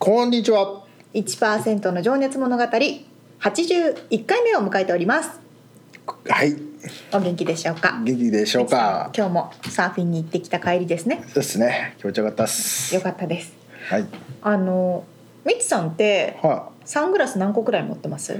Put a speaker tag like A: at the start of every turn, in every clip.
A: こんにちは。
B: 1%の情熱物語81回目を迎えております
A: はい、
B: お元気でしょうか
A: 元気でしょうか。
B: 今日もサーフィンに行ってきた帰りですね
A: そうですね。気持ちよかったっす。
B: よかったです
A: はい。
B: あのみつさんって
A: は
B: サングラス何個くらい持ってます
A: い。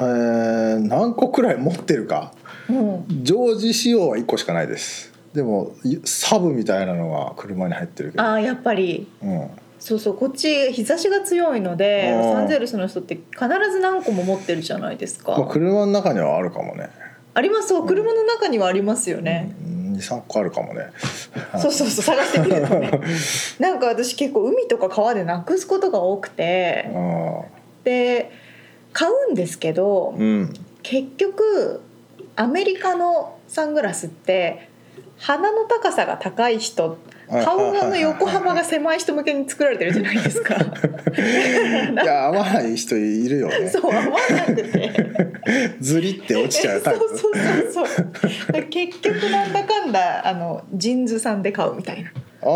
A: えー、何個くらい持ってるか。
B: うん
A: 常時仕様は一個しかないです。でもサブみたいなのが車に入ってるけど。
B: ああやっぱり
A: うん。
B: そうそうこっち日差しが強いので
A: あー
B: ロサンゼルスの人って必ず何個も持ってるじゃないですか、
A: まあ車の中にはあるかもね。
B: ありますそう車の中にはありますよね、
A: うん。二三個あるかもね。
B: そうそうそう探してみる とねなんか私結構海とか川でなくすことが多く
A: あ
B: て
A: あ。
B: で買うんですけど
A: うん。
B: 結局アメリカのサングラスって鼻の高さが高い人顔の横幅が狭い人向けに作られてるじゃないですか。
A: いや合わない人いるよね。
B: そう合わなくて。
A: ずりって落ちちゃうタイ
B: そ
A: プ。
B: うそうそうそう。で結局なんだかんだあのジンズさんで買うみたいな。
A: ああ。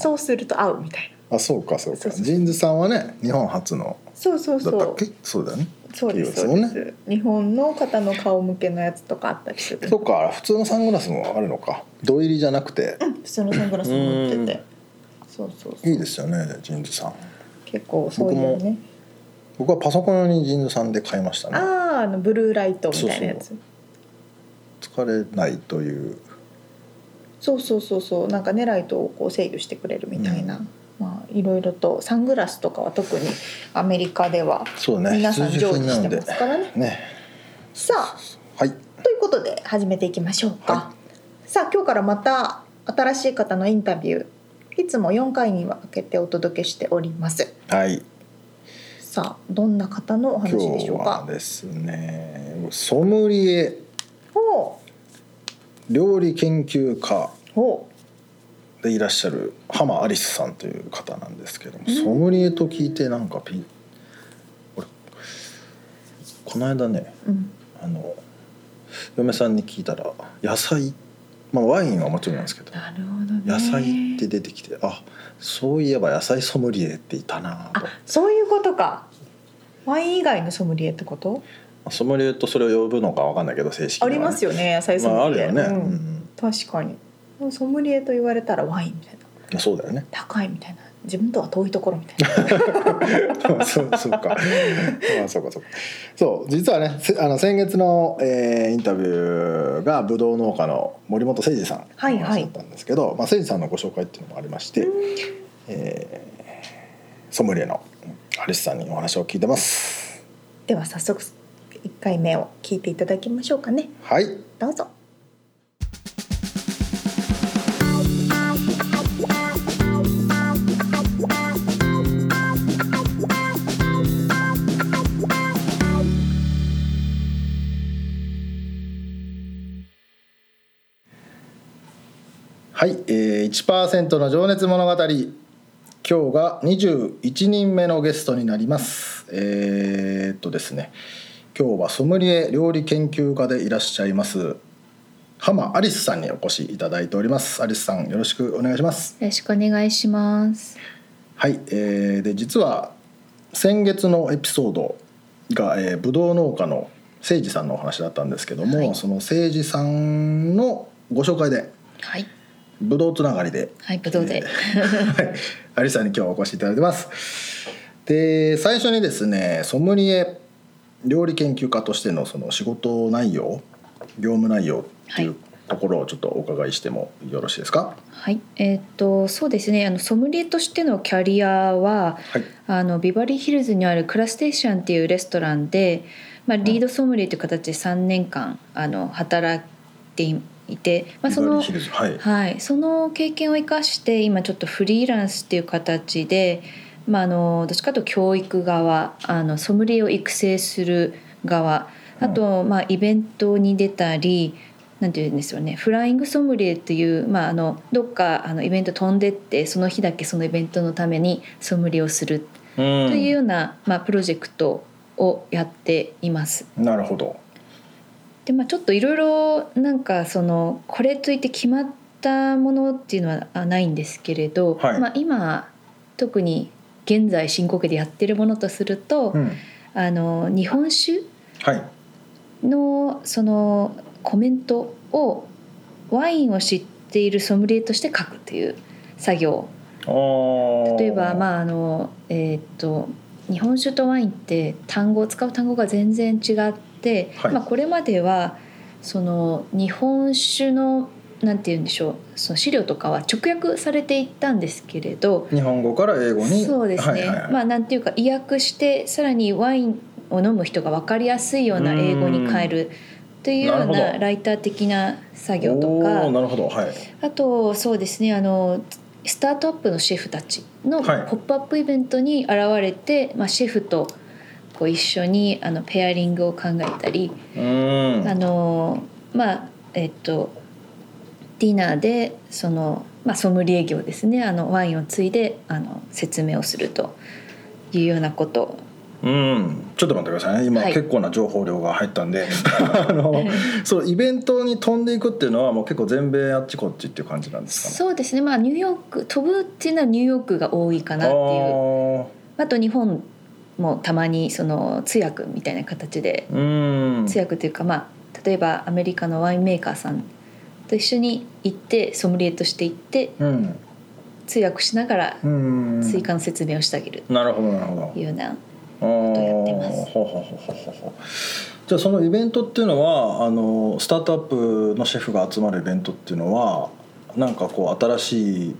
B: そうすると合うみたい
A: あそうかそうか
B: そうそう
A: ジーンズさんはね日本初の
B: な。そうそう
A: だ
B: そ
A: ったっ
B: う。
A: けそうだよね
B: そうです
A: いい
B: そう
A: よ
B: で
A: ね
B: す、日本の方の顔向けのやつとかあったりする。
A: そっか普通のサングラスもあるのか土入りじゃなくて
B: 普通のサングラスも持って
A: う
B: て
A: ん。
B: そうそうそう。
A: いいですよねジーンズさん
B: 結構そういう
A: 僕
B: ね。
A: 僕はパソコン用にジーンズさんで買いましたね
B: あああのブルーライトみたいなやつ。
A: 疲れないという
B: そうそうそうそうなんかねライトをこう制御してくれるみたいな、
A: う
B: まあいろいろとサングラスとかは特にアメリカでは
A: そうね
B: 皆さん
A: 必
B: 常
A: 需
B: 備
A: 品
B: し
A: な
B: て
A: ので
B: ますからね。
A: ね
B: さ
A: はい
B: あということで始めていきましょうか。
A: は
B: さあ今日からまた新しい方のインタビューいつも4回に分けてお届けしております。
A: はい
B: さあどんな方のお
A: 今
B: 話で
A: 日
B: しょうか。
A: はですねソムリエ
B: ほ
A: 料理研究家
B: うほ
A: でいらっしゃる浜アリスさんという方なんですけども
B: うん
A: ソムリエと聞いてなんかピン俺この間ね
B: う、うん、
A: あの嫁さんに聞いたら野菜、まあ、ワインはもちろんなんですけど
B: なるほどね。
A: 野菜って出てきてあそういえば野菜ソムリエっていたな
B: あ
A: と
B: そういうことか。ワイン以外のソムリエってこと？
A: ソムリエとそれを呼ぶのか分かんないけど正式
B: あ
A: にはね、
B: りますよね野菜ソム
A: まあ、あ
B: リ
A: る
B: エ。
A: よね、
B: う
A: うんん
B: 確かにソムリエと言われたらワインみたいな
A: まあそうだよね
B: 高いみたいな自分とは遠いところみたい な
A: そうそうかあそうかそうかそう実はねせあの先月の、えーインタビューがぶどう農家の森本誠二さんの
B: はいはい
A: 話だったんですけど、まあ、誠二さんのご紹介っていうのもありまして、えーソムリエのアリスさんにお話を聞いてます
B: では早速1回目を聞いていただきましょうかね
A: はい
B: どうぞ
A: はい、えー、1%の情熱物語今日が21人目のゲストになりますえー、っとですね今日はソムリエ料理研究家でいらっしゃいます浜アリスさんにお越しいただいておりますアリスさんよろしくお願いします
C: よろしくお願いします。
A: はい、えーで実は先月のエピソードが、えー、ブドウ農家の誠司さんのお話だったんですけども、
C: はい
A: その誠司さんのご紹介で
C: はい、
A: ブドウつながりで
C: はい、ぶどう
A: は
C: で。
A: い、アリさんに今日はお越しいただいてます。で最初にですねソムリエ料理研究家としてのその仕事内容業務内容っていうところをちょっとお伺いしてもよろしいですか。
C: はい、えーっとそうですねあのソムリエとしてのキャリアは
A: はい。
C: あのビバリーヒルズにあるクラステーションっていうレストランで、まあ、リードソムリエという形で3年間あの働いていて、まあ、そ
A: ビバリー
C: の
A: ヒルズはい。
C: はい、その経験を生かして今ちょっとフリーランスっていう形で、まあ、あのどっちかというと教育側あのソムリエを育成する側あと、まあ、イベントに出たりなんていうんですよねフライングソムリエという、まあ、あのどっかあのイベント飛んでってその日だけそのイベントのためにソムリエをする
A: う
C: と
A: ん
C: いうような、まあ、プロジェクトをやっています。
A: なるほど。
C: でまあちょっといろいろなんかそのこれといって決まったものっていうのはあないんですけれど、
A: はい
C: まあ今特に現在進行形でやってるものとすると、
A: うん。
C: あの日本酒
A: はい。
C: のそのコメントをワインを知っているソムリエとして書くという作業
A: お
C: 例えばまああのえーっと日本酒とワインって単語使う単語が全然違って、
A: はい
C: まあこれまではその日本酒のなんて言うんでしょうその資料とかは直訳されていったんですけれど
A: 日本語から英語に。
C: そうですね、
A: はいはいはい
C: まあなんていうか意訳してさらにワインを飲む人が分かりやすいような英語に変えるというよ
A: なる
C: う
A: ほど
C: なライター的な作業と
A: お
C: か
A: お、なるほど。はい。
C: あとそうですねあのスタートアップのシェフたちのポ
A: はい
C: ップアップイベントに現れて、まあ、シェフとこう一緒にあのペアリングを考えたり、
A: うん。
C: あのまあえっとディナーでその、まあ、ソムリエ業ですねあのワインをついであの説明をするというようなこと
A: うん、ちょっと待ってくださいね今、
C: はい
A: 結構な情報量が入ったん であのそうイベントに飛んでいくっていうのはもう結構全米あっちこっちっていう感じなんですかね。
C: そうですねまあニューヨーク飛ぶっていうのはニューヨークが多いかなっていうあと日本もたまにその通訳みたいな形で
A: あーうん
C: 通訳というか、まあ、例えばアメリカのワインメーカーさんと一緒に行ってソムリエとして行って
A: うん
C: 通訳しながら
A: うん
C: 追加の説明をしてあげる
A: なるほどなるほど
C: というような、
A: こと
C: やってます
A: ほうほうほうほうほうほうじゃあそのイベントっていうのはあのスタートアップのシェフが集まるイベントっていうのはなんかこう新しい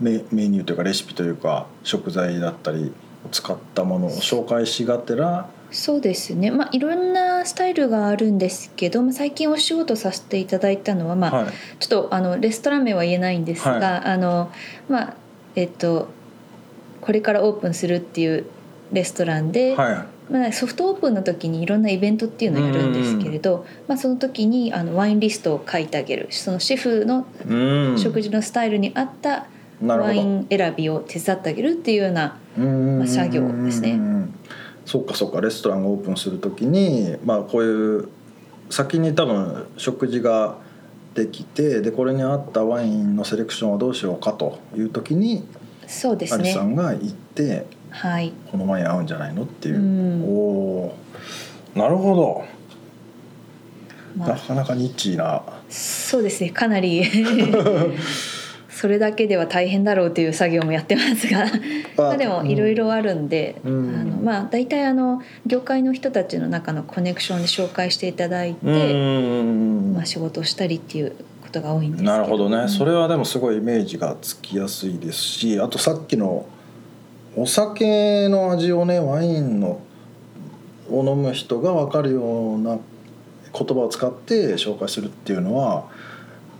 A: メメニューというかレシピというか食材だったりを使ったものを紹介しがてら
C: そうですねまあいろんなスタイルがあるんですけどまあ最近お仕事させていただいたのは、まあ
A: はい
C: ちょっとあのレストラン名は言えないんですが、
A: は
C: あのまあえっとこれからオープンするっていうレストランで、
A: はい
C: まあ、ソフトオープンの時にいろんなイベントっていうのをやるんですけれど、まあ、その時にあのワインリストを書いてあげるそのシェフの
A: うん
C: 食事のスタイルに合った
A: なるほ
C: ワ
A: ど
C: イン選びを手伝ってあげるっていうような
A: ま
C: まあ作業ですね
A: そうかそうかレストランがオープンするときに、まあ、こういう先に多分食事ができてでこれに合ったワインのセレクションはどうしようかというときに、
C: そうで
A: ア
C: す
A: リ
C: ね
A: さんが行って
C: はい、
A: このワイン合うんじゃないのっていうう、お
C: ん
A: おーなるほど、
C: ま
A: な
C: あ、
A: かなかニッチーな
C: そうですねか なりそれだけでは大変だろうという作業もやってますがまあでもいろいろあるんで、
A: うん
C: あのまあ、大体あの業界の人たちの中のコネクションで紹介していただいて。
A: うん
C: まあ、仕事をしたりっていうことが多いんですけど
A: なるほどね、そ
C: れ
A: れはでもすごいイメージがつきやすいですしあとさっきのお酒の味をねワインのを飲む人が分かるような言葉を使って紹介するっていうのは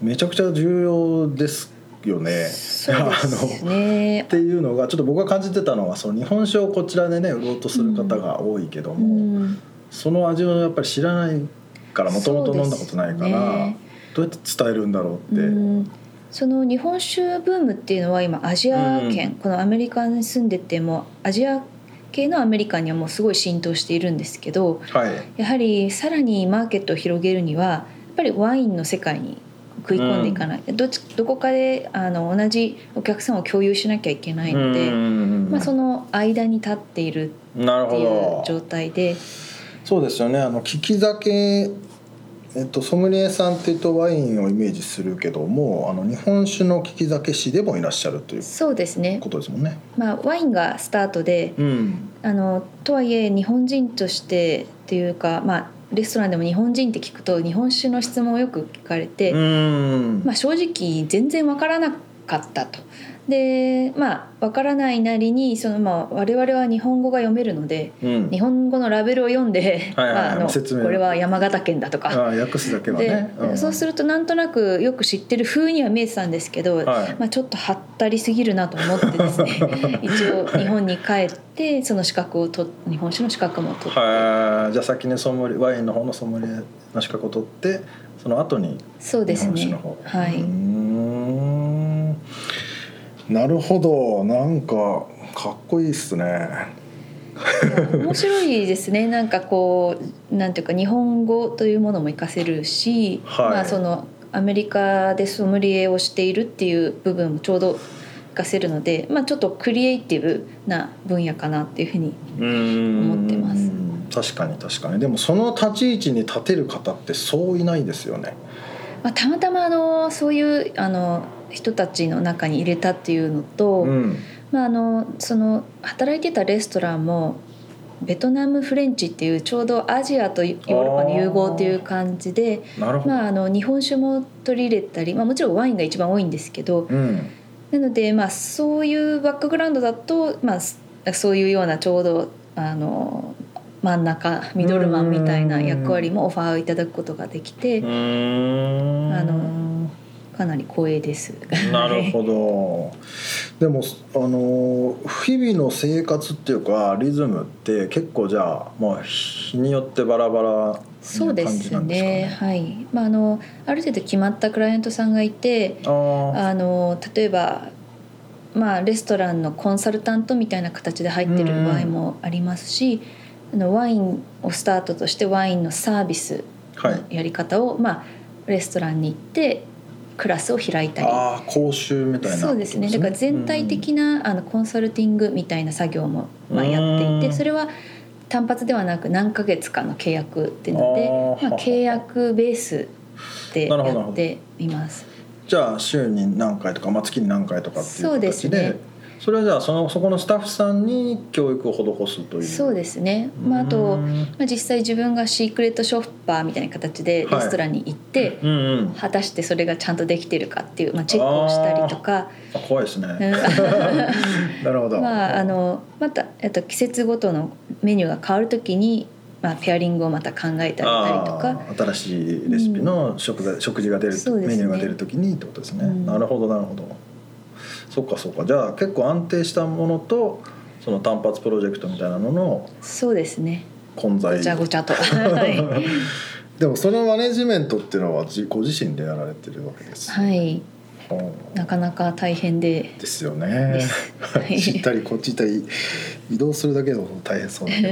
A: めちゃくちゃ重要ですよね。
C: そうですね
A: っていうのがちょっと僕が感じてたのはその日本酒をこちらでね売ろうとする方が多いけど
C: う
A: も、
C: ん
A: その味をやっぱり知らないからもともと飲んだことないから、
C: そ
A: どう
C: う
A: やって伝えるんだろうって。
C: ですねうんその日本酒ブームっていうのは今アジア圏、
A: うん
C: このアメリカに住んでてもアジア系のアメリカにはもうすごい浸透しているんですけど
A: はい
C: やはりさらにマーケットを広げるにはやっぱりワインの世界に食い込んでいかない、どっちどこかであの同じお客さんを共有しなきゃいけないので、
A: ま
C: まあ、その間に立っている
A: なる
C: っ
A: ほ
C: ていう
A: ど
C: 状態で。
A: そうですよねあの利き酒、えっと、ソムリエさんっていうとワインをイメージするけどもあの日本酒の利き酒師でもいらっしゃるという
C: そうですね
A: こ、とですもんね。
C: まあ、ワインがスタートで
A: うん、
C: あのとはいえ日本人としてっていうか、まあ、レストランでも日本人って聞くと日本酒の質問をよく聞かれて、
A: うん
C: まあ、正直全然わからなかったと。でまあわからないなりにその、まあ、我々は日本語が読めるので
A: うん
C: 日本語のラベルを読んで
A: はいはいはい
C: まああの
A: 説明
C: これは山形県だとか。
A: ああ訳すだけは
C: で
A: ね、ん
C: そうするとなんとなくよく知ってる風には見えてたんですけど、
A: はい
C: まあ、ちょっとはったりすぎるなと思ってですね 一応日本に帰ってその資格をと日本酒の資格も取って、
A: はいじゃあ先にソムリエワインの方のソムリエの資格を取ってその後に
C: そうで
A: 日
C: す
A: 本酒の
C: ね
A: 方、
C: は
A: うー
C: い、
A: んなるほどなんかかっこいいっすね
C: 面白いですねなんかこうなんていうか日本語というものも活かせるし、
A: はい
C: まあ、そのアメリカでソムリエをしているっていう部分もちょうど活かせるので、まあ、ちょっとクリエイティブな分野かなっていうふうに
A: 思
C: 思ってます
A: 確かに確かにでもその立ち位置に立てる方ってそういないですよね
C: まあ、たまたまあのそういうあの人たちの中に入れたっていうのと、
A: うん
C: まあ、あのその働いてたレストランもベトナムフレンチっていうちょうどアジアとヨーロッパの融合っていう感じで
A: なるほど、
C: まあ、あの日本酒も取り入れたり、まあ、もちろんワインが一番多いんですけど
A: うん
C: なので、まあ、そういうバックグラウンドだと、まあす、そういうようなちょうどあの真ん中ミドルマンみたいな役割もオファーをいただくことができて
A: うーん
C: あ のかなり光栄です。
A: なるほど。でもあの日々の生活っていうかリズムって結構じゃあまあ日によってバラバラな感じ
C: そ
A: な
C: うん
A: で
C: ですす
A: か
C: ね
A: ね。
C: はい、まあ、あのある程度決まったクライアントさんがいて
A: あー
C: あの例えば、まあ、レストランのコンサルタントみたいな形で入ってる場合もありますし、あのワインをスタートとしてワインのサービス
A: はい。
C: やり方を、まあ、レストランに行ってクラスを開いたり。
A: ああ講習みたいな、
C: そうですねだから全体的な、あのコンサルティングみたいな作業も、まあ、
A: うん
C: やっていてそれは単発ではなく何ヶ月かの契約っていうの
A: あ
C: で
A: ー
C: まあ、契約ベースで
A: なるほど
C: やっています。
A: じゃあ週に何回とか、まあ、月に何回とかっていう
C: そうで
A: 形
C: す
A: で
C: ね
A: それはじゃあそのそこのスタッフさんに教育を施すという
C: そうですね、まあ、あ
A: う
C: と、
A: ん
C: まあ、実際自分がシークレットショッパーみたいな形で
A: はい
C: レストランに行って、
A: うんうん
C: 果たしてそれがちゃんとできてるかっていう、まあ、チェックをしたりとか、
A: あ怖いです
C: う
A: ね、
C: ん
A: なるほど
C: まあ、あのまたえっと季節ごとのメニューが変わるときに、まあ、ペアリングをまた考えてあげたりとか
A: あー新しいレシピの食材、食事が出ると、
C: そうで
A: メ
C: すね
A: ニューが出る時にってことですね、
C: うん
A: なるほどなるほどそっかそっかじゃあ結構安定したものとその単発プロジェクトみたいなのの
C: そうですね
A: 混在
C: ごちゃごち ゃと、はい、
A: でもそのマネジメントっていうのはじご自身でやられてるわけです、
C: はい、
A: うん
C: なかなか大変で
A: ですよ
C: で
A: ね
C: す。はい
A: 知ったりこっち行ったり移動するだけでも大変そうだけ ど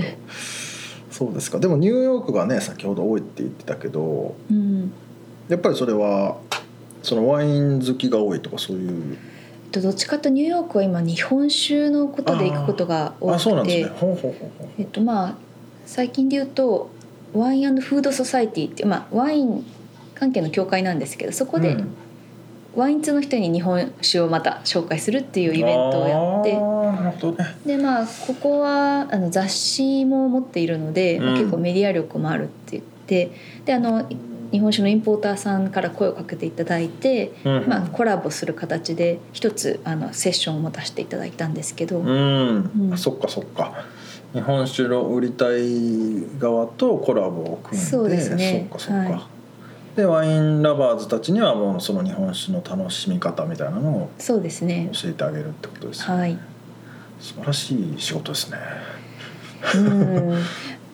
A: そうですかでもニューヨークがね先ほど多いって言ってたけど
C: うん、
A: やっぱりそれはそのワイン好きが多いとかそういう
C: えっとどっちかというとニューヨークは今日本酒のことで行くことが多
A: あそうな
C: く
A: んで
C: て、
A: すねほうほうほうほ
C: えっとまあ最近で言うとワインフードソサイティっていう、まあ、ワイン関係の協会なんですけどそこ
A: う
C: で
A: うん
C: ワイン通の人に日本酒をまた紹介するっていうイベントをやって。
A: あーなるほどね
C: でまあここはあの雑誌も持っているので、まあ
A: うん
C: 結構メディア力もあるって言ってであの日本酒のインポーターさんから声をかけていただいて、
A: うん
C: まあ、コラボする形で一つあのセッションを持たせていただいたんですけど、
A: うん、
C: うん
A: そっかそっか日本酒の売りたい側とコラボを組んで
C: そうですね
A: そっかそっか、
C: は
A: でワインラバーズたちにはもうその日本酒の楽しみ方みたいなのを
C: そうですね
A: 教えてあげるってことです、ね
C: はい、
A: 素晴らしい仕事ですね
C: う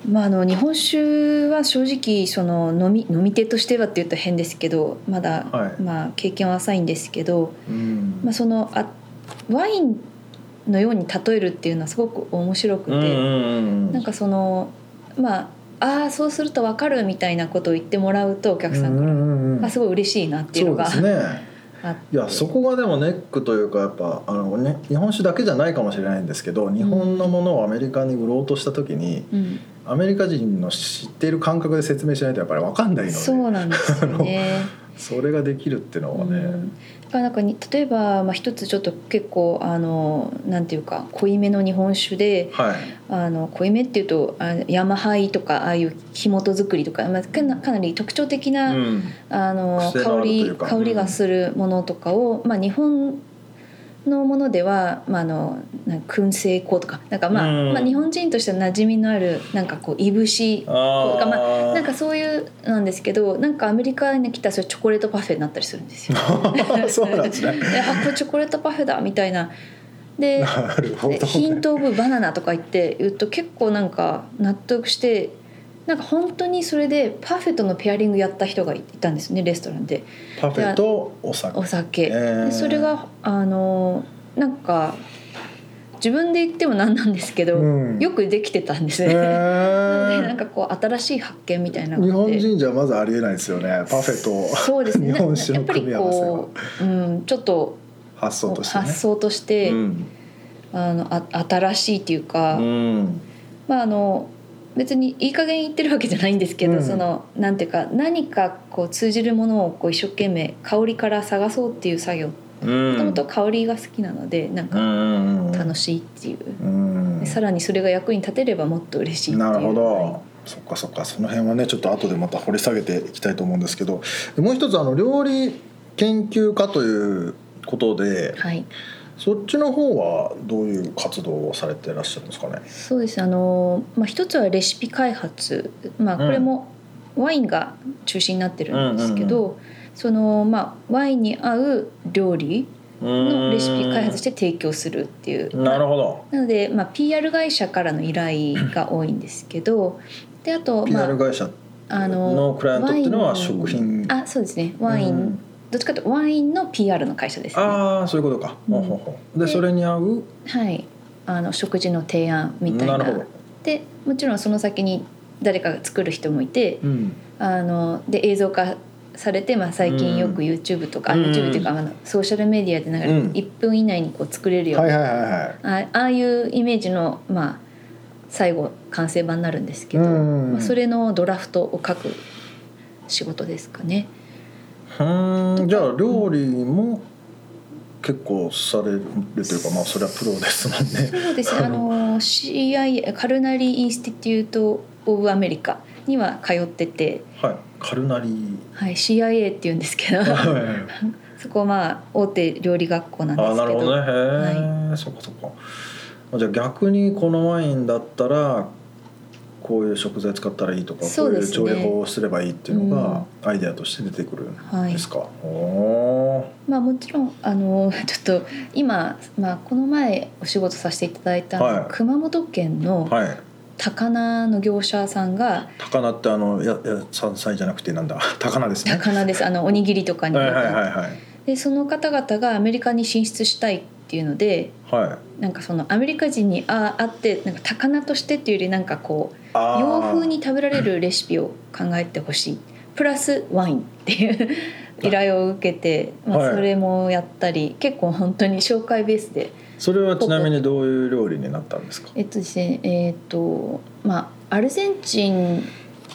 C: んまあ、あの日本酒は正直その飲み飲み手としてはっていうと変ですけどまだ、
A: はい
C: まあ、経験は浅いんですけど、
A: うん、
C: まあ、そのあワインのように例えるっていうのはすごく面白くて、
A: うんうんうんうん
C: なんかそのまああーそうすると分かるみたいなことを言ってもらうとお客さん
A: う
C: が、
A: んうんうん
C: あすごい嬉しいなってい
A: そ
C: うの
A: うで
C: が
A: すね
C: あって
A: いやそこがでもネックというかやっぱあの、ね、日本酒だけじゃないかもしれないんですけど日本のものをアメリカに売ろうとした時に、
C: うん、
A: アメリカ人の知っている感覚で説明しないとやっぱり分かんないので
C: そうなんですよね
A: それができるっていうのはね、
C: うんだからなんかに例えば、まあ、一つちょっと結構あのなんていうか濃いめの日本酒で
A: はい
C: あの濃いめっていうとあヤマハイとかああいう木本作りとか、まあ、かなかなり特徴的な、
A: うん
C: あの
A: 癖があ
C: 香
A: るとい
C: り
A: うか
C: 香りがするものとかを、まあ、日本のものでは、まあ、あのなんか燻製香とかなんか、まあ
A: うん
C: まあ、日本人としては馴染みのあるなんかこういぶし
A: あ
C: かま
A: あ
C: なんかそういうなんですけどなんかアメリカに来たらそれチョコレートパフェになったりするんで すよ。
A: そうなんですね
C: であこれチョコレートパフェだみたいな。で
A: なるほど、ね
C: で、ヒント・オブ・バナナとか言って言うと結構なんか納得してなんか本当にそれでパフェとのペアリングやった人がいたんですねレストランで
A: パフェとお酒
C: お酒、
A: えー
C: でそれがあのなんか自分で言ってもなんなんですけど、
A: うん
C: よくできてたんです
A: へ
C: ね、なのでな
A: ー
C: んかこう新しい発見みたいなの
A: 日
C: があっ
A: 本
C: て
A: 人じゃまずありえないですよねパフェと
C: そうです ね
A: 日本酒の
C: やっぱ
A: 組み
C: り
A: 合わせは
C: こう、うん、ちょっと
A: 発想としてね
C: 発想として、
A: うん
C: あのあ新しいっていうか、
A: うん
C: まああの別にいい加減言ってるわけじゃないんですけど、
A: うん
C: そのなんていうか何かこう通じるものをこう一生懸命香りから探そうっていう作業も
A: うん
C: ともと香りが好きなのでなん
A: う
C: か
A: んうん
C: 楽しいっていう、
A: うん
C: でさらにそれが役に立てればもっと嬉しいっていう
A: なるほど、
C: はい
A: そっかそっかその辺はねちょっと後でまた掘り下げていきたいと思うんですけどでもう一つあの料理研究家ということで
C: はい、
A: そっちの方はどういう活動をされてらっしゃるんですかね
C: そうですあの、まあ、一つはレシピ開発、まあ、これもワインが中心になってるんですけど、そのまあワインに合う料理のレシピ開発して提供するっていう
A: なるほど
C: なので、まあ、PR 会社からの依頼が多いんですけどであと、ま
A: PR 会社
C: あ、あ
A: のクライアントっていうのは
C: ワイン
A: 食品
C: あそうですねワイン、
A: うん
C: どっちかというとワインの PR の会社ですねは
A: ああそういうことか、
C: うん
A: ほうほうほうで
C: で
A: それに合う
C: いあの食事の提案みたいな
A: るほど、
C: でもちろんその先に誰かが作る人もいて
A: うん、
C: あので映像化されて、まあ、最近よく YouTube とか、
A: うん
C: YouTube というかあのソーシャルメディアで流れる、
A: うん
C: 1分以内にこう作れるよう
A: はい
C: な
A: はいはいはい
C: あああいうイメージの、まあ、最後完成版になるんですけど、
A: うんうんうん
C: まあ、それのドラフトを書く仕事ですかね。
A: ふーんじゃあ料理も結構されるというかまあそれはプロですもん ね
C: そうですねあの CIA カルナリー・インスティテュート・オブ・アメリカには通ってて、
A: はいカルナリ
C: はい、CIA っていうんです けど
A: ー
C: そこまあ大手料理学校なんで
A: ああ
C: す
A: な
C: け
A: るほど
C: ど。
A: ねへえ、そっかそっかじゃあ逆にこのワインだったらこういう食材使ったらいいとか
C: そうですね
A: こういう調理法をすればいいっていうのがアイデアとして出てくるん
C: はい
A: ですか、お
C: まあ、もちろんあのちょっと今、まあ、この前お仕事させていただいた、
A: はい
C: 熊本県
A: お
C: の
A: はい
C: 高菜の業者さんが
A: 高菜ってあのやや山菜じゃなくてなんだ高菜ですね
C: 高菜ですあのおにぎりとかに、
A: はいはいはいはい
C: でその方々がアメリカに進出したいっていうので
A: はい
C: なんかそのアメリカ人にああってなんか高菜としてっていうよりなんかこう
A: あー
C: 洋風に食べられるレシピを考えてほしいプラスワインっていう依頼を受けて、ま
A: は
C: あ、
A: い
C: それもやったり結構本当に紹介ベースで
A: それはちなみにどういう料理になったんですか。
C: えっとですねえっとまあアルゼンチン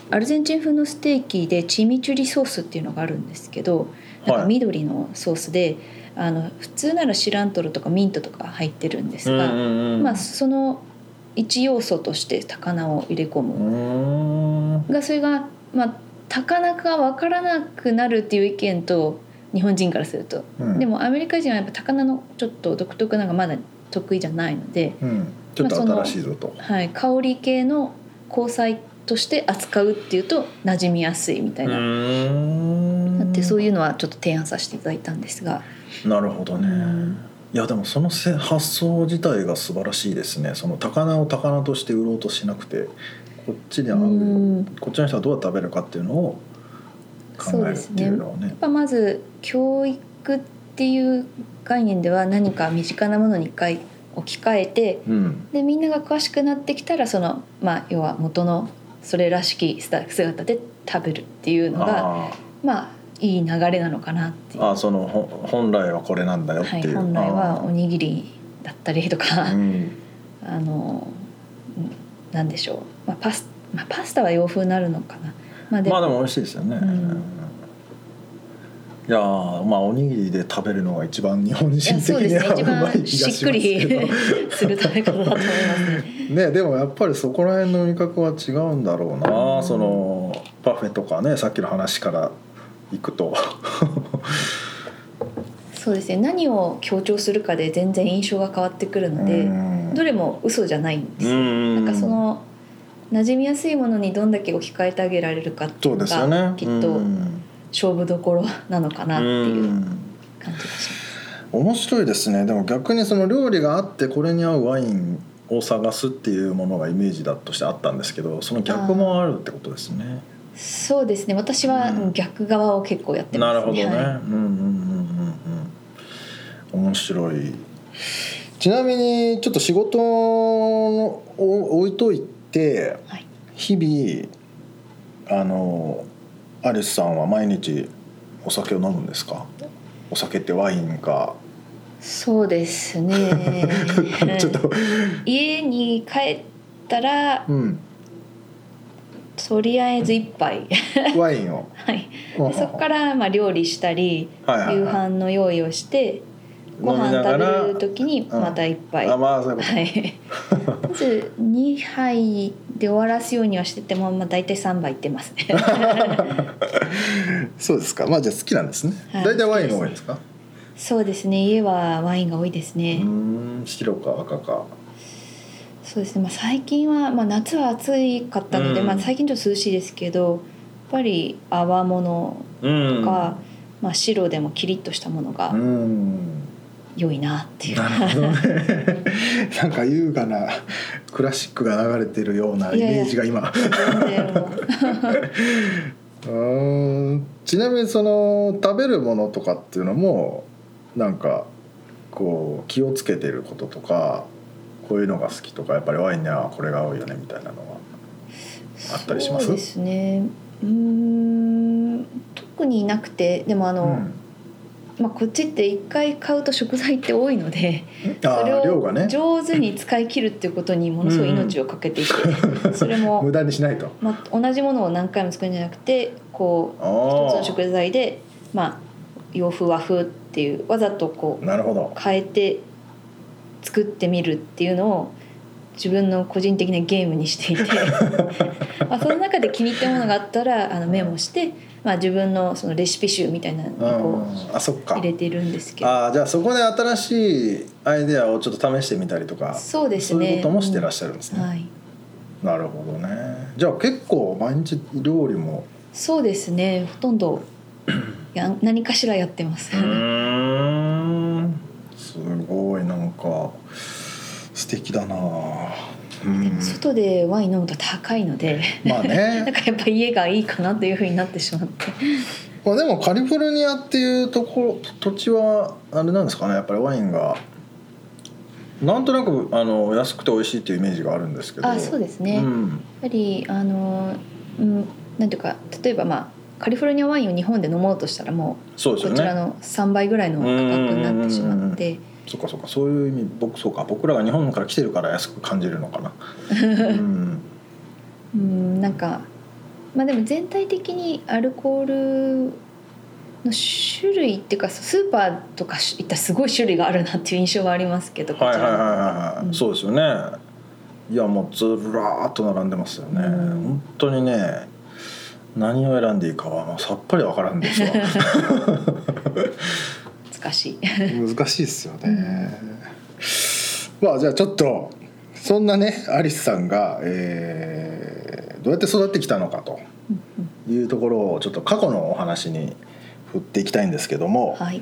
C: アルゼンチン風のステーキでチミチュリソースっていうのがあるんですけどなん
A: は
C: か
A: い
C: 緑のソースで、あの普通ならシラントロとかミントとか入ってるんですが、
A: ん
C: まあ、その一要素として高菜を入れ込
A: う
C: む、
A: ーん
C: がそれが、まあ、高菜が分からなくなるっていう意見と日本人からすると、
A: うん
C: でもアメリカ人はやっぱ高菜のちょっと独特なのがまだ得意じゃないので。
A: うん、ちょっと新しいぞと。
C: はい、香り系の交際として扱うっていうと馴染みやすいみたいな、だってそういうのはちょっと提案させていただいたんですが、
A: うなるほど
C: う
A: ね
C: ん。
A: いやでもそのせ発想自体が素晴らしいですね。その高菜を高菜として売ろうとしなくて、こっちに合う、
C: うんや
A: こっちの人はどう食べるかっていうのを考えるっていうのをね
C: っ。ぱまず教育っていう概念では何か身近なものに一回置き換えて
A: うん、
C: でみんなが詳しくなってきたらその、まあ、要は元のそれらしき姿で食べるっていうのが
A: あ
C: まあいい流れなのかなっ
A: ー
C: ていう。
A: あー、そのほ本来はこれなんだよって
C: はいい、
A: う。
C: 本来はお
A: あ
C: にぎりだったりと
A: ー
C: か、
A: うん、
C: あのうんなんでしょう、まあパスまあ、パスタは洋風になるのかな、まあで
A: まあでも美味しいですよね。
C: うん
A: いやーまあおにぎりで食べるのが一番日本
C: いや
A: 人的
C: そうで
A: に
C: すね
A: は
C: 一
A: うまい
C: 番
A: 気がし
C: し
A: ま
C: っ
A: す
C: くり
A: けど
C: する食べ方だと思います ね。
A: ねでもやっぱりそこら辺の味覚は違うんだろうな、そのパフェとかねさっきの話からいくと
C: そうですね何を強調するかで全然印象が変わってくるので
A: うん
C: どれも嘘じゃないんですよ
A: うん
C: なんかその馴染みやすいものにどんだけ置き換えてあげられるかが
A: そうですよね
C: きっ
A: う
C: と
A: ん
C: 勝負どころなのかなっていううん感じがします。
A: 面白いですねでも逆にその料理があってこれに合うワインを探すっていうものがイメージだとしてあったんですけどその逆もあるってことですね
C: そうですね私は
A: うん
C: 逆側を結構やって
A: なる
C: ます
A: ほどね、
C: はい
A: うんうんうんうんうん面白いちなみにちょっと仕事を置いといて
C: はい
A: 日々あのアリスさんは毎日お酒を飲むんですかお酒ってワインか、
C: そうですね
A: ちょっと、
C: 家に帰ったら
A: うん、
C: とりあえず一杯
A: ワインを
C: はいでそこからまあ料理したり
A: はいはいはい
C: 夕飯の用意をしてご
A: 飲み
C: 飯
A: なが
C: 食べ
A: ら
C: る時にまた一杯、
A: あまあそういうこと、
C: はいまず2杯で終わらすようにはしててもまあ大体3杯いっ てますね
A: そうですかまあじゃあ好きなんですね、
C: はい
A: 大体ワインが多いんですか
C: そうですね家はワインが多いです
A: う
C: ね、
A: ーん白か赤か
C: そうですね、まあ、最近は、まあ、夏は暑かったので、
A: うん
C: まあ、最近ちょっと涼しいですけどやっぱり泡物
A: うん
C: が、まあ、白でもキリッとしたもの
A: う
C: が
A: ん
C: 良いなっていう、
A: なるほどね なんか優雅なクラシックが流れてるようなイメージが今
C: 全然も
A: う
C: う
A: ーんちなみにその食べるものとかっていうのもなんかこう気をつけてることとかこういうのが好きとかやっぱりワインにはこれが合うよねみたいなのは あったりします
C: そうですねうーん特になくてでもあの、
A: うん
C: まあ、こっちって一回買うと食材って多いので
A: あ
C: それ
A: ー量が
C: を
A: ね
C: 上手に使い切るっていうことにものすごい命をかけていて、 それ
A: 無
C: も、
A: 駄にしないと
C: まあ、同じものを何回も作るんじゃなくてこう
A: あ
C: 一つの
A: ー
C: 食材で、まあ、洋風和風っていうわざとこう
A: なるほど
C: 変えて作ってみるっていうのを自分の個人的なゲームにして いてまあその中で気に入ったものがあったらあのメモして、まあ、自分のそのレシピ集みたいなのにこう
A: うんあそっか
C: 入れてるんですけど
A: あーじゃあそこで新しいアイデアをちょっと試してみたりとか
C: そうです
A: そう
C: ね
A: いうこともしてらっしゃるんですね、
C: はい、
A: なるほどねじゃあ結構毎日料理も
C: そうですねほとんどや何かしらやってます、
A: すごいなんか素敵だな
C: でも外でワイン飲むと高いので
A: まあ
C: なん
A: ね
C: かやっぱ家がいいかなというふうになってしまって
A: まあでもカリフォルニアっていうところ土地はあれなんですかねやっぱりワインがなんとなくあの安くて美味しいっていうイメージがあるんですけど
C: あそうです
A: う
C: ねやっ
A: ん、
C: ぱりあのうんなんていうか例えばまあカリフォルニアワインを日本で飲もうとしたらも
A: そう
C: う
A: です
C: こ
A: よ
C: ちら
A: ね
C: の3倍ぐらいの価格になってしまって
A: そっかそっかそういう意味僕そうか僕らが日本から来てるから安く感じるのかな、 うん、
C: うんなんかまあでも全体的にアルコールの種類っていうかスーパーとかし行ったらすごい種類があるなっていう印象はありますけどこ
A: はい
C: ち
A: はいはい
C: ら
A: はい、はい
C: うん
A: そうですよねいやもうずらーっと並んでますよね、
C: うん
A: 本当にね何を選んでいいかはもうさっぱりわからんですわ
C: 難 しい。
A: 難しいですよね、まあじゃあちょっとそんなねアリスさんが、えーどうやって育ってきたのかというところをちょっと過去のお話に振っていきたいんですけども、
C: はい。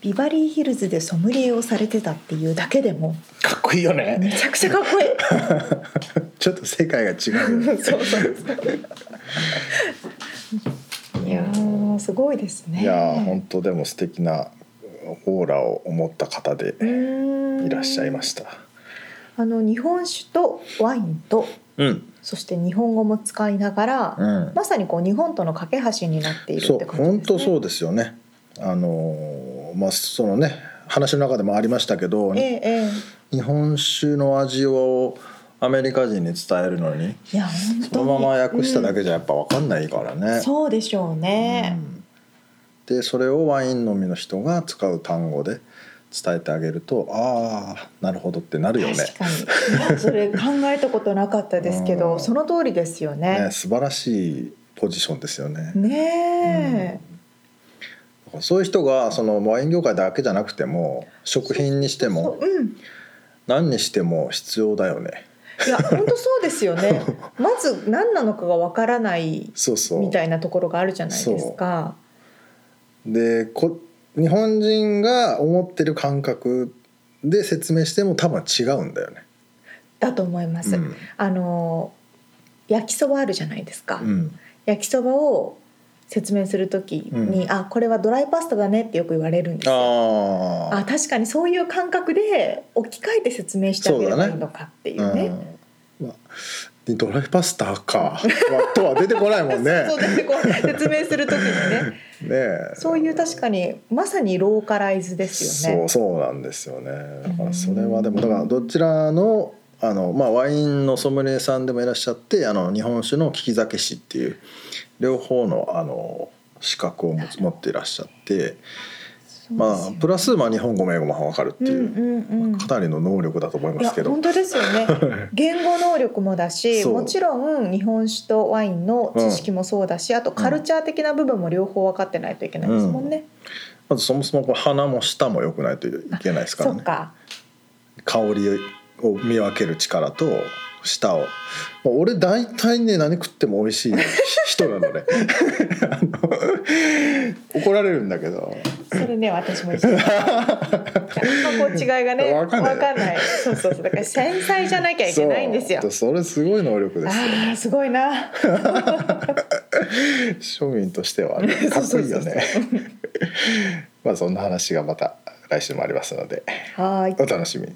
B: ビバリーヒルズでソムリエをされてたっていうだけで も
A: かっこいいよね
B: めちゃくちゃかっこいい
A: ちょっと世界が違うよね
B: そうそうそういやーすごいですね
A: いやー本当でも素敵なオーラを持った方でいらっしゃいま
B: し
A: した。
B: たあの日本酒とワインと
A: うん、
B: そして日本語も使いながら、
A: うん
B: まさにこう日本との架け橋になっている
A: そ
B: っ
A: う
B: て感じですね。
A: 本当そうですよね。あのーまあそのね話の中でもありましたけど、
B: ええええ、
A: 日本酒の味をアメリカ人に伝えるのに
B: いや本当に
A: そのまま訳しただ
B: け、
A: けじゃやっぱ分かんないから
B: う
A: ね
B: ん。そうでしょうね。
A: うんでそれをワイン飲みの人が使う単語で伝えてあげるとああなるほどってなるよね。
B: 確かにいやそれ考えたことなかったですけど、
A: うん
B: その通りですよね
A: ね素晴らしいポジションですよね。
B: ねえ、
A: そういう人がそのワイン業界だけじゃなくても食品にしても
B: そううん
A: 何にしても必要だよね。
B: いや本当そうですよねまず何なのかがわからない
A: そうそう。
B: みたいなところがあるじゃないですか
A: でこ日本人が思ってる感覚で説明しても多分違うんだよね。
B: だと思います、
A: うん
B: あの焼きそばあるじゃないですか、
A: うん
B: 焼きそばを説明するときに、
A: う
B: あこれはドライパスタだねってよく言われるんですよあ
A: ああ。
B: 確かにそういう感覚で置き換えて説明してあげればいいのかっていうね
A: うんまあでドライパスタか、まあとは出てこないもんね。
B: そうだってこう説明するときにね
A: ねえ
B: そういう確かにまさにローカライズですよ
A: そ
B: ね
A: うそうなんですよね。だか
B: う
A: ら
B: ん
A: それはでもだからどちらのあのまあワインのソムリエさんでもいらっしゃってあの日本酒の利き酒師っていう両方のあの資格を持つ持っていらっしゃって、
B: そう
A: まあプラスまあ日本語も英語もわかるって
B: です
A: い
B: よ
A: う。
B: うんうんうん
A: かなりの能力だと思い
B: い
A: ま
B: や
A: すけど
B: 本当ですよね言語能力もだし
A: そう
B: もちろん日本酒とワインの知識もそうだし、あとカルチャー的な部分も両方分かってないといけないですもんね、
A: まずそもそもこう鼻も舌も良くないといけないですか
B: そ
A: ら
B: っ
A: ね
B: か
A: 香りを見分ける力と舌を、まあ、俺大体ね何食っても美味しい人なのね あの怒られるんだけど
B: それね私も一緒 なんかこう違いがね
A: わ
B: 分
A: か
B: か
A: ん
B: ん
A: な
B: ないいそうそうそうだから繊細じゃなきゃいけないんですよ
A: そうそれすごい能力ですよ
B: ああすごいな
A: 庶民として はねかっこいいよね まあそんな話がまた来週もありますので
B: はーい
A: お楽しみに。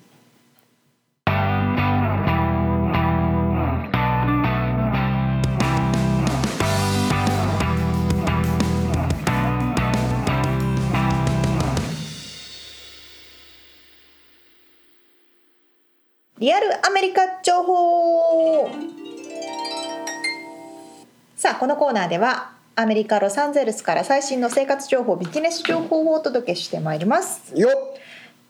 B: リアルアメリカ情報さあこのコーナーではアメリカ・ロサンゼルスから最新の生活情報ビジネス情報をお届けしてまいります
A: よ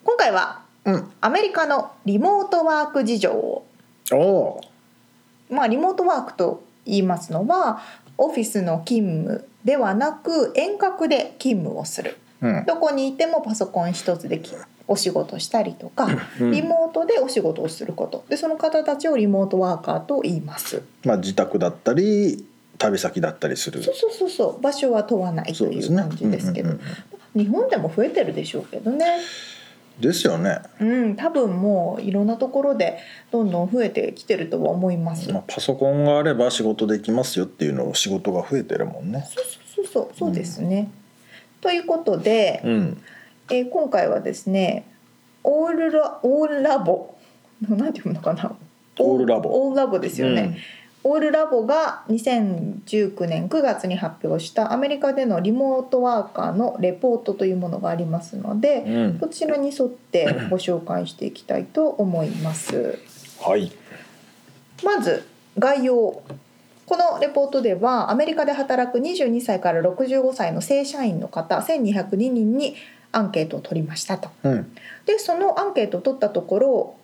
B: 今回は
A: っ、うん、
B: アメリカのリモートワーク事情
A: おお
B: まあリモートワークと言いますのはオフィスの勤務ではなく遠隔で勤務をする
A: ー、うん、
B: どこにいてもパソコン一つできお仕事したりとか、
A: うん
B: リモートでお仕事をすることでその方たちをリモートワーカーと言います
A: まあ自宅だったり旅先だったりする
B: そうそうそうそう場所は問わないと
A: そう
B: い
A: です
B: う
A: ね
B: 感じですけど
A: うんうんうん
B: 日本でも増えてるでしょうけどね
A: ですよね、
B: うん多分もういろんなところでどんどん増えてきてるとは思います、
A: まあ、パソコンがあれば仕事できますよっていうのを仕事が増えてるもんね。
B: そうそうそうそうそうですね、ということで、
A: うん、
B: えー今回はですねオールラオールラボなんて読むのかな
A: オールラボ
B: オールラボですよね、オールラボが2019年9月に発表したアメリカでのリモートワーカーのレポートというものがありますの
A: う
B: で、
A: ん、うん
B: こちらに沿ってご紹介していきたいと思います。
A: はい、
B: まず概要このレポートではアメリカで働く22歳から65歳の正社員の方1202人にアンケートを取りましたと。
A: うん、
B: でそのアンケートを取ったところ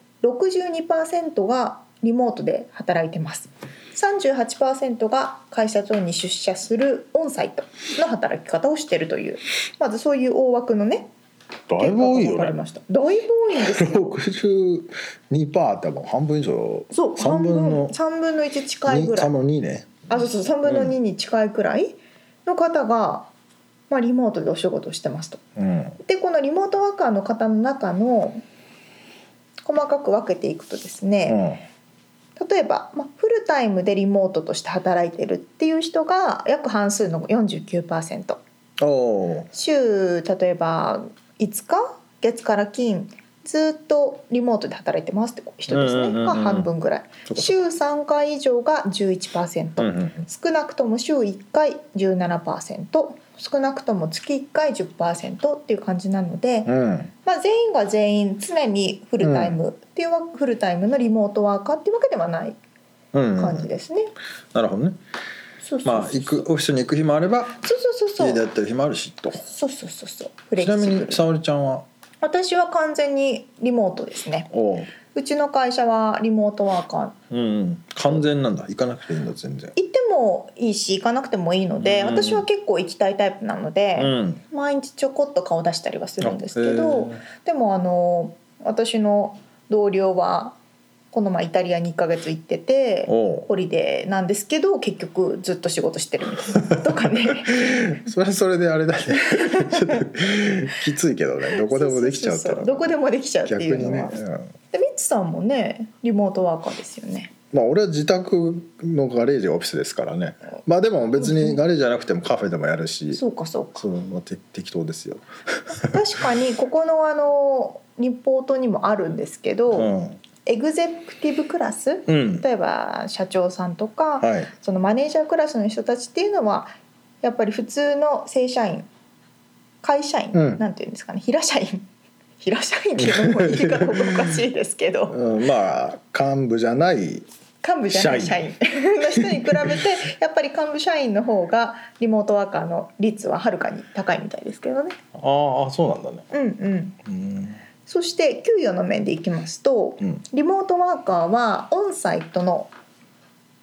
B: 62%がリモートで働いてます38%が会社等に出社するオンサイトの働き方をしているというまずそういう大枠のね
A: だいぶ多い
B: 結果が分か
A: よ
B: り
A: ね。
B: ましただいぶ多いんです よ
A: 六十二パーってもう半分以上、
B: そう
A: 三分の
B: 3分の1近い
A: 二
B: ぐらい
A: 三分の二ね。
B: あそうそう3分の2に近いくらいの方が、まあ、リモートでお仕事をしてますと。
A: うん、
B: でこのリモートワーカーの方の中の細かく分けていくとです
A: う
B: ね、
A: ん、
B: 例えば、まあ、フルタイムでリモートとして働いてるっていう人が約半数の49%
A: おお、
B: 週例えば5日月から金ずっとリモートで働いてますって人です
A: うんうんうんう
B: ね
A: ん
B: が半分ぐらい
A: そうか
B: 週3回以上が11%、
A: うんうんうん
B: 少なくとも週1回17%少なくとも月1回10%っていう感じなので、
A: うん
B: まあ、全員が全員常にフルタイムっていうわ、フルタイムのリモートワーカーっていうわけではない
A: うん
B: 感じですね。
A: なるほどね
B: そうそう
A: まあ
B: そう
A: 行くオフィスに行く日もあれば
B: そうそうそう
A: 家で
B: そ
A: や
B: う
A: ってる日もあるしと
B: そうそうそうそうフレ
A: ち
B: キ
A: な
B: シ
A: み
B: ブル
A: に沙織ちゃんは
B: 私は完全にリモートですね
A: おう
B: うちの会社はリモートワーカー
A: うんうん完全なんだ行かなくていいんだ全然
B: 行ってもいいし行かなくてもいいので、
A: うん
B: 私は結構行きたいタイプなので、
A: うん
B: 毎日ちょこっと顔出したりはするんですけ
A: あ
B: ど、
A: へえ
B: でもあの私の同僚はこの前イタリアに1ヶ月行ってて
A: おう
B: ホリデーなんですけど結局ずっと仕事してるみたいなとかね
A: それはそれであれだ ねちょっときついけどねどこでもできちゃうか
B: そそそ
A: ら
B: どこでもできちゃうって
A: 逆
B: いう
A: に
B: の
A: ね
B: は、、
A: うん
B: でミッツさんもねリモートワーカーですよね
A: まあ俺は自宅のガレージがオフィスですからねまあでも別にガレージじゃなくてもカフェでもやるし
B: そうかそうか
A: そうまあて適当ですよ
B: 確かにここのあのリポートにもあるんですけど、
A: うん
B: エグゼクティブクラス
A: うん
B: 例えば社長さんとか、
A: はい
B: そのマネージャークラスの人たちっていうのはやっぱり普通の正社員会社員、
A: うん
B: なんていうんですかね平社員平社員っていうのも言い方がおかしいですけど
A: うん、まあ幹部じゃない
B: 幹部じゃない
A: 社
B: 社
A: 員
B: 員の人に比べてやっぱり幹部社員の方がリモートワーカーの率ははるかに高いみたいですけどね。
A: ああそうなんだね
B: うんうん、
A: うん
B: そして給与の面でいきますと
A: うん
B: リモートワーカーはオンサイトの、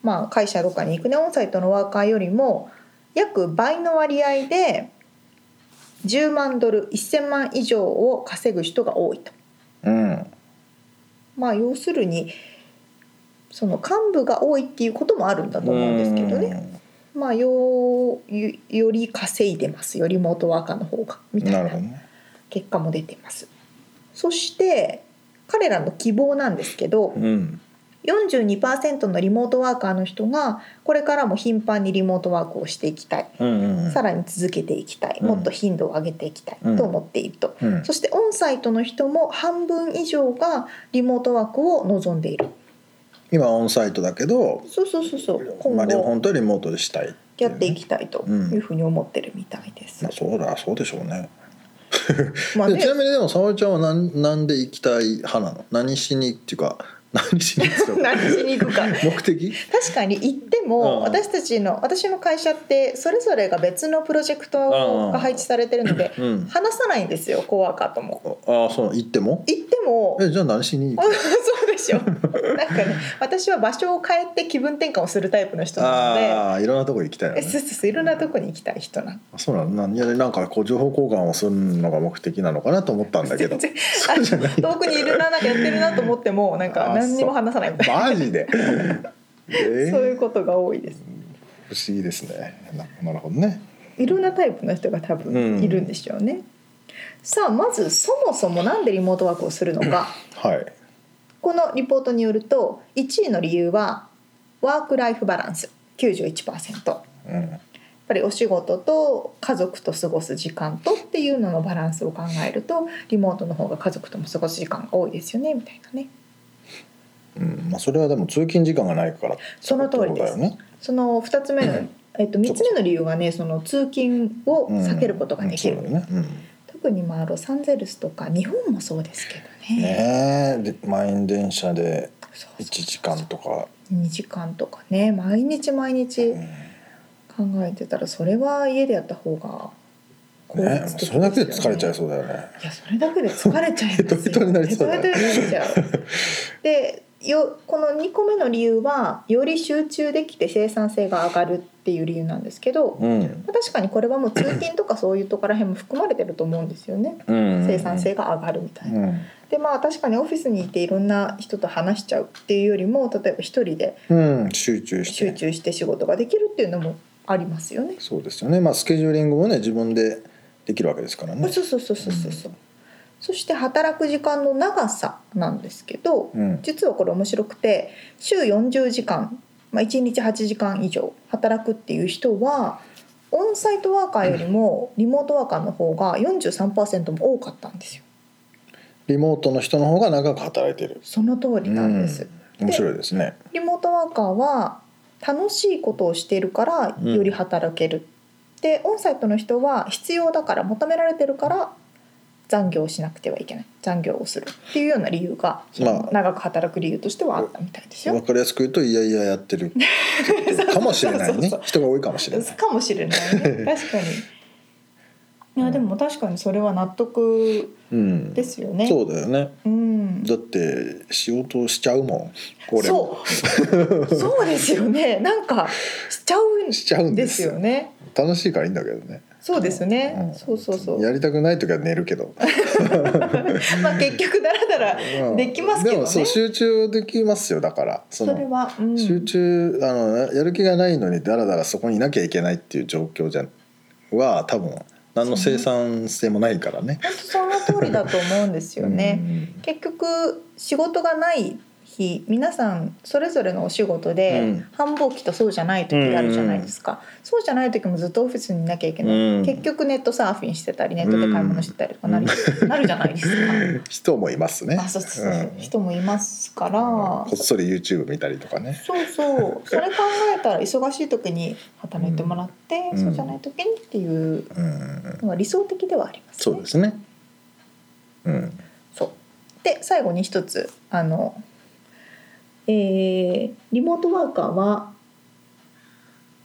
B: まあ、会社とかに行くねオンサイトのワーカーよりも約倍の割合で10万ドル1000万以上を稼ぐ人が多いと。
A: うん
B: まあ、要するにその幹部が多いっていうこともあるんだと思うんですけどね、まあ、よよより稼いでますよリモートワーカーの方がみ
A: うん
B: たいな
A: なるほどね
B: 結果も出てます。そして彼らの希望なんですけど、
A: うん
B: 42%のリモートワーカーの人がこれからも頻繁にリモートワークをしていきたい、
A: うんうんうん
B: さらに続けていきたい
A: うん
B: もっと頻度を上げていきたいと思っていると、
A: うん
B: そしてオンサイトの人も半分以上がリモートワークを望んでいる
A: 今オンサイトだけど
B: そうそうそうそう今
A: まあ両
B: 後
A: 方とリモートでしたいてい
B: や
A: うね
B: っていきたいというふうに思ってるみたいです、
A: まあそうだそうでしょうね
B: まあ
A: で
B: ね
A: ちなみにでも沙織ちゃんは何なんで行きたい派なの何しにっていうか 何しにっていう か
B: 何しに行くか
A: 目的
B: 確かに行って
A: うん
B: も私たちの私の会社ってそれぞれが別のプロジェクトが配置されてるので
A: うん
B: 話さないんですよコワーカーとも。
A: ああそう行っても
B: 行っても
A: えじゃあ何しに行く
B: そうでしょなんかね私は場所を変えて気分転換をするタイプの人なの
A: ああいろんなとこ行きたいの
B: でえそう
A: ね
B: そうそういろんなとこに行きたい人なの
A: あそうなのなんいやなんかこう情報交換をするのが目的なのかなと思ったんだけど
B: 全然
A: そうじゃない
B: あの遠くにいるななんかやってるなと思ってもなん
A: あ
B: か
A: ー
B: 何にも話さないみたいな
A: マジでえー
B: そういうことが多いです
A: 不思議ですねななるほどね
B: いろんなタイプの人が多
A: うん
B: 分いるんでしょうね、さあまずそもそもなんでリモートワークをするのか
A: はい
B: このリポートによると1位の理由はワーク・ライフ・バランス91%
A: うん
B: やっぱりお仕事と家族と過ごす時間とっていうののバランスを考えるとリモートの方が家族とも過ごす時間が多いですよねみたいなね
A: うんまあ、それはでも通勤時間がないから
B: その通りです
A: ってことだよね
B: その2つ目の、えっと、3つ目の理由がねその通勤を避けることができる、
A: うんうんそうだよね、うん
B: 特にまあロサンゼルスとか日本もそうですけどね
A: ねえで満員電車で
B: そうそう
A: 1時間とか、
B: 2時間とかね毎日毎日
A: うん
B: 考えてたらそれは家でやった方が効
A: ね、
B: 率的
A: それだけで
B: です
A: 疲
B: よ
A: れ
B: ね
A: ちゃいそうだよね。
B: いやそれだけで疲れちゃいますよ
A: ヘトヘトになりそうだね
B: ヘトヘトになっちゃうでよこの2個目の理由はより集中できて生産性が上がるっていう理由なんですけど、ま
A: うん、
B: あ確かにこれはもう通勤とかそういうところら辺も含まれてると思うんですよね
A: うん、
B: 生産性が上がるみたいな。
A: うん、
B: でまあ確かにオフィスにいていろんな人と話しちゃうっていうよりも例えば一人で
A: うん、集中して
B: 集中して仕事ができるっていうのもありますよね。
A: そうですよね。まあスケジューリングもね自分でできるわけですからね。
B: そうそうそうそうそうそうそして働く時間の長さなんですけど、
A: うん、
B: 実はこれ面白くて週40時間、まあ、1日8時間以上働くっていう人はオンサイトワーカーよりもリモートワーカーの方が43%も多かったんですよ。
A: リモートの人の方が長く働いてる。
B: その通りなんです、
A: うん面白いですね。
B: リモートワーカーは楽しいことをしているから
A: うん
B: より働ける、でオンサイトの人は必要だから求められてるから残業をしなくてはいけない残業をするっていうような理由が
A: ま
B: 長く働く理由としてはあったみたいです
A: あ
B: よ
A: わ。かりやすく言うといやいややってるってことかもしれないね。
B: そうそうそう
A: 人が多いかもしれない。
B: かもしれないね 確かに。いやでも確かにそれは納得
A: うん。
B: ですよね。
A: そうだよね。
B: うん、
A: だって仕事しちゃうもん。これも
B: そうそうですよねなんかしちゃうん
A: しちゃうん
B: で
A: ですす
B: よ
A: よ。
B: ね。
A: 楽しいからいいんだけどね。
B: そうですね、
A: うん
B: そうそうそう
A: やりたくない時は寝るけど。
B: まあ結局だらだら
A: う ん
B: できますけどね
A: でもそう集中できますよだから。そ
B: そ
A: の
B: れは、うん、
A: 集中あのやる気がないのにだらだらそこにいなきゃいけないっていう状況じゃは多分何の生産性もないからね。
B: 本当その通りだと思うんですよね。結局仕事がない日皆さんそれぞれのお仕事で、
A: うん
B: 繁忙期とそうじゃない時あるじゃないですか、そうじゃない時もずっとオフィスにいなきゃいけない、
A: うん
B: 結局ネットサーフィンしてたりネットで買い物してたりとか なる,、なるじゃないです
A: う
B: か。
A: ん。人もいますね。
B: あそうそうそう
A: うん
B: 人もいますか
A: こ
B: ら
A: っそり YouTube 見たりとかね。
B: そうそうそれ考えたら忙しい時に働いてもらって、
A: うん
B: そうじゃない時にっていう
A: うん。
B: のは理想的ではあります、ね、
A: そうですね。うん。
B: そうで最後に一つあの、えーリモートワーカーは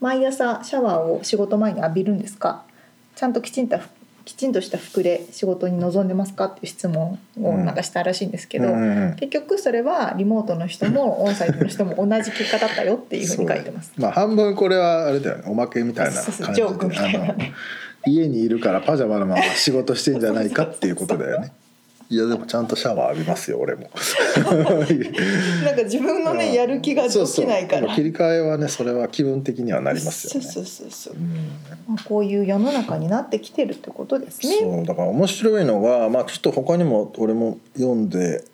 B: 毎朝シャワーを仕事前に浴びるんですかちゃんときちんときちんとした服で仕事に臨んでますかっていう質問をなんかしたらしいんですけど、
A: うん
B: 結局それはリモートの人もオンサイトの人も同じ結果だったよっていうふうに書いてます。
A: まあ半分これはあれだよねおまけみたいな
B: そうそう
A: 感じで
B: ジョークみたいなね
A: あの家にいるからパジャマのまま仕事してんじゃないかっていうことだよねいやでもちゃんとシャワー浴びますよ 俺も
B: なんか自分のねやる気が
A: そう
B: 起
A: そ
B: き
A: う
B: ないから。
A: 切り替えはねそれは気分的にはなりますよね
B: そうそうそうそう。
A: うん
B: まあこういう世の中になってきてるってことですね。
A: そうだから面白いのが、まあ、ちょっと他にも俺も読んで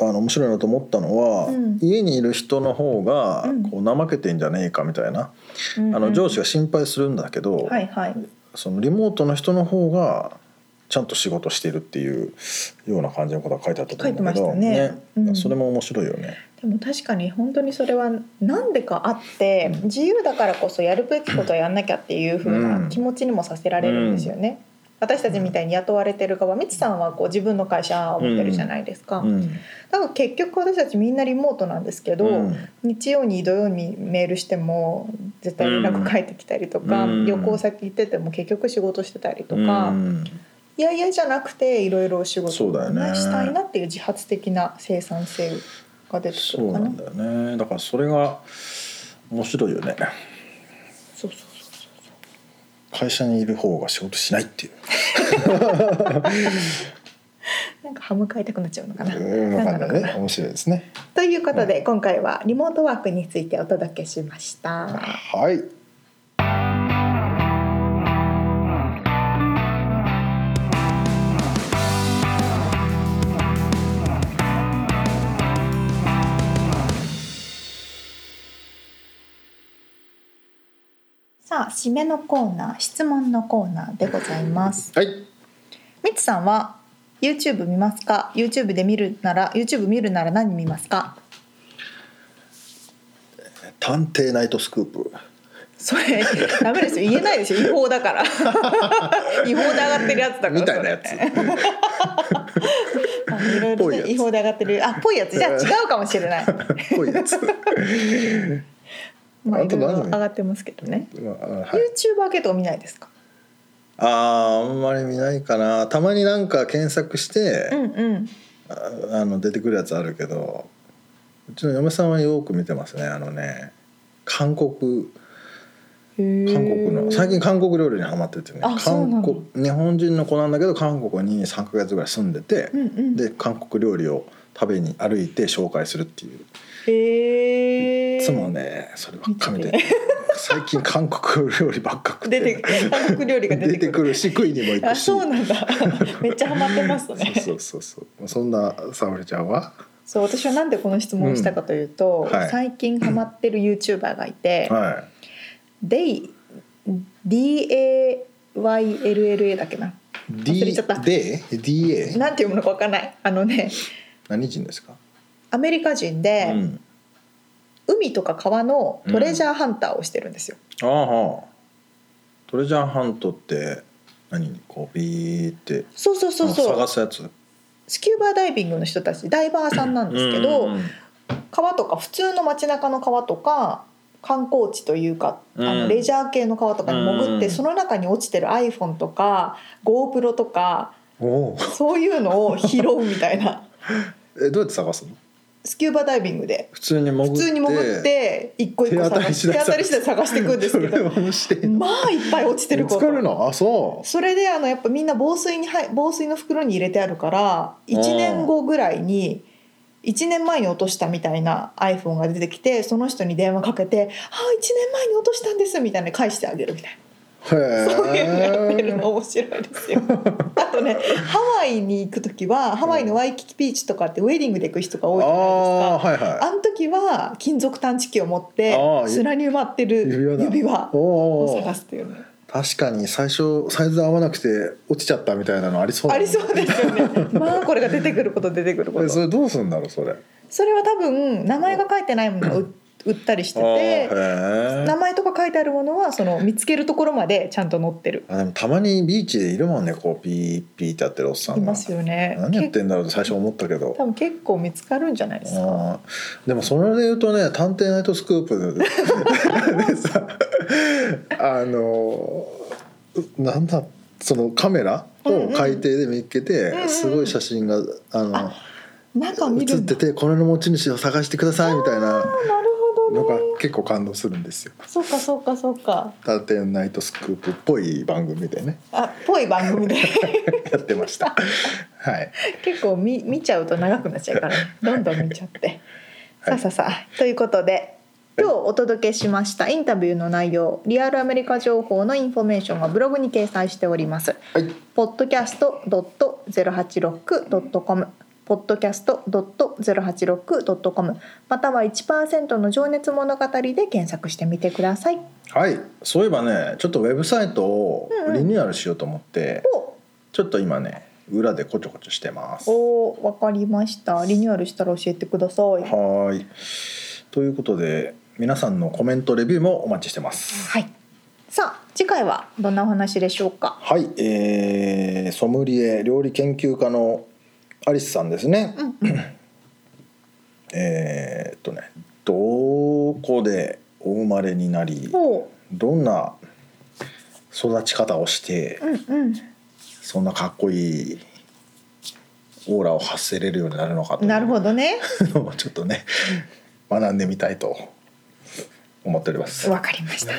A: あの面白いなと思ったのは、
B: うん
A: 家にいる人の方が
B: うん
A: こう怠けてんじゃねえかみたいな、
B: うんうん
A: あの上司が心配するんだけど、
B: はいはい。
A: そのリモートの人の方がちゃんと仕事してるっていうような感じのことが書いてあったと思うんだけど
B: 書いてましたねうん
A: それも面白いよね。
B: でも確かに本当にそれは何でかあって自由だからこそやるべきことはやんなきゃっていう風な気持ちにもさせられるんですよね。私たちみたいに雇われてる側、みちさんはこう自分の会社を持ってるじゃないですか。
A: うん
B: だから結局私たちみんなリモートなんですけど、
A: うん
B: 日曜に土曜にメールしても絶対連絡返ってきたりとか、
A: うん
B: 旅行先行ってても結局仕事してたりとか、
A: うん
B: いやいやじゃなくていろいろお仕事
A: そうだ
B: を
A: よね
B: したいなっていう自発的な生産性が出てく
A: そう
B: るか
A: な
B: なん
A: だよねだからそれが面白いよね
B: そうそうそう
A: 会社にいる方が仕事しないっていう
B: なんか歯向かいたくなっちゃうのかな。
A: うんわかん
B: な
A: なん
B: だろ
A: い
B: う
A: ね面白いですね。
B: ということで今回はリモートワークについてお届けしました。
A: はい
B: さあ締めのコーナー質問のコーナーでございます。
A: はい
B: みつさんは YouTube 見ますか YouTube で見るなら YouTube 見るなら何見ますか
A: 探偵ナイトスクープ
B: それダメですよ言えないですよ違法だから 違法で上がってるやつだから
A: みたいなやつ
B: それ あのいろいろ
A: ぽい
B: ね
A: やつ
B: 違法で上がってるあっぽいやつじゃあ違うかもしれ ない
A: こういうやつ。
B: まあい
A: あと
B: ろいろ
A: 何
B: 上がってますけどね
A: まあはい
B: YouTuber 系とか見ないですか
A: あーあんまり見ないかなたまになんか検索して、
B: うんうん
A: ああの出てくるやつあるけどうちの嫁さんはよく見てますねあのね韓国
B: 韓
A: 韓国の最近韓国料理にハマっててね
B: あそうなの
A: 韓国日本人の子なんだけど韓国に3ヶ月ぐらい住んでて、
B: うんうん
A: で韓国料理を食べに歩いて紹介するっていう
B: へえ
A: いつもねそればっか見てる最近韓国料理ばっか食っ
B: 出
A: て
B: て
A: る
B: く る韓国料理が出
A: 出
B: て
A: て
B: く
A: く
B: る
A: るし食いにも行く
B: あ
A: し
B: そうなんだ めっちゃハマってますね
A: そうそうそうそうそんな沙織ちゃんは
B: そう私はなんでこの質問をしたかというと、
A: うんはい
B: 最近ハマってる YouTuber がいて、
A: は
B: デイ DAYLLA だっけない
A: D
B: れちゃった
A: D DA
B: なんて読むのかわかんないあのね
A: 何人ですか、
B: アメリカ人
A: う
B: で、
A: ん、
B: 海とか川のトレジャーハンターをしてるんですよ、
A: ああトレジャーハントって何こうビーって
B: そうそうそう
A: あ
B: そ
A: 探
B: う
A: すやつ
B: スキューバーダイビングの人たちダイバーさんなんですけど、
A: うんうんうん
B: 川とか普通の街中の川とか観光地というか、あ
A: う
B: の
A: ん
B: レジャー系の川とかに潜って、
A: うん
B: その中に落ちてる iPhone とか GoPro とか
A: おお
B: そういうのを拾うみたいな
A: えどうやって探すの
B: スキューバダイビングで
A: 普通に潜っ
B: 普
A: て
B: 通に潜って一個一個探して
A: 手
B: 手
A: 当
B: 当
A: た
B: た
A: り
B: り
A: 次
B: 次
A: 第
B: 第探していくんですけど
A: それをして
B: まあいっぱい落ちてる
A: 見
B: こ
A: つ
B: と
A: かるのあそう
B: それであのやっぱみんな防水に入防水の袋に入れてあるから1年後ぐらいに1年前に落としたみたいな iPhone が出てきてその人に電話かけて「あ1年前に落としたんです」みたいな返してあげるみたい
A: へ
B: なそういうのやってる
A: え
B: の面白いです よ。あとねハワイに行く時はハワイのワイキキビーチとかってウェディングで行く人が
A: あ
B: 多いじゃないですか
A: あ。はいはい
B: あの時は金属探知機を持って
A: ああ
B: 砂に埋まって
A: 指輪
B: る
A: だ
B: 指輪
A: お
B: を
A: お
B: 探すっていうね
A: 確かに最初サイズ合わなくて落ちちゃったみたいなのありそうだ
B: あ
A: ね
B: りそうですよね まあこれが出てくること出てくるこ
A: えそ
B: と
A: れどうすんだろうそれ
B: それは多分名前が書いてないものを売売ったりして
A: あ
B: て
A: ーへ
B: 名
A: ー
B: 前とか書いてあるものはその見つけるところまでちゃんと載ってる
A: あでもたまにビーチでいるもんねこうピーピーってやってるおっさん
B: い
A: が
B: ますよね
A: 何やって
B: け
A: んだろうって最初思ったけど
B: 多分結構見つかるんじゃないですか
A: あーでもそれで言うとね「探偵ナイトスクープ で」でさあのうなんだそのカメラを海底で見っけて、
B: うんうん
A: すごい写真があの
B: 中見
A: 写
B: る
A: っ
B: んだ
A: ててこれの持ち主を探してくださいみたいな
B: あなるほ
A: の
B: ど
A: が
B: ね
A: 結構感動するんですよ。
B: そうかそうかそうか
A: 探偵ナイトスクープっぽい番組でね
B: あぽい番組で
A: やってました。はい、
B: 結構見見ちゃうと長くなっちゃう から、ね、どんどん見ちゃって。さ
A: はい
B: あさあさあということで今日お届けしましたインタビューの内容リアルアメリカ情報のインフォメーションはブログに掲載しております。
A: はい、
B: podcast.086.com podcast.086.com または1%の情熱物語で検索してみてください。
A: はい、そういえばねちょっとウェブサイトを
B: うんうん
A: リニューアルしようと思って、
B: お
A: ちょっと今ね裏でこちょこちょしてます。
B: おーわかりました。リニューアルしたら教えてください。は
A: はーい。ということで皆さんのコメントレビューもお待ちしてます。
B: い。さあ次回はどんなお話でしょうか。
A: はい、えー、ソムリエ料理研究家のアリスさんですね。
B: うん
A: えーっとね、どこでお生まれになり、
B: お
A: どんな育ち方をして
B: う、うんうん。
A: そんなかっこいいオーラを発せれるようになるのかという
B: なるほどね。
A: のをちょっとね学んでみたいと思っております。
B: わかりました。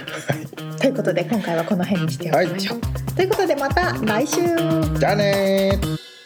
B: ということで今回はこの辺にしておきましょう。ということでまた来週。
A: じゃあねー。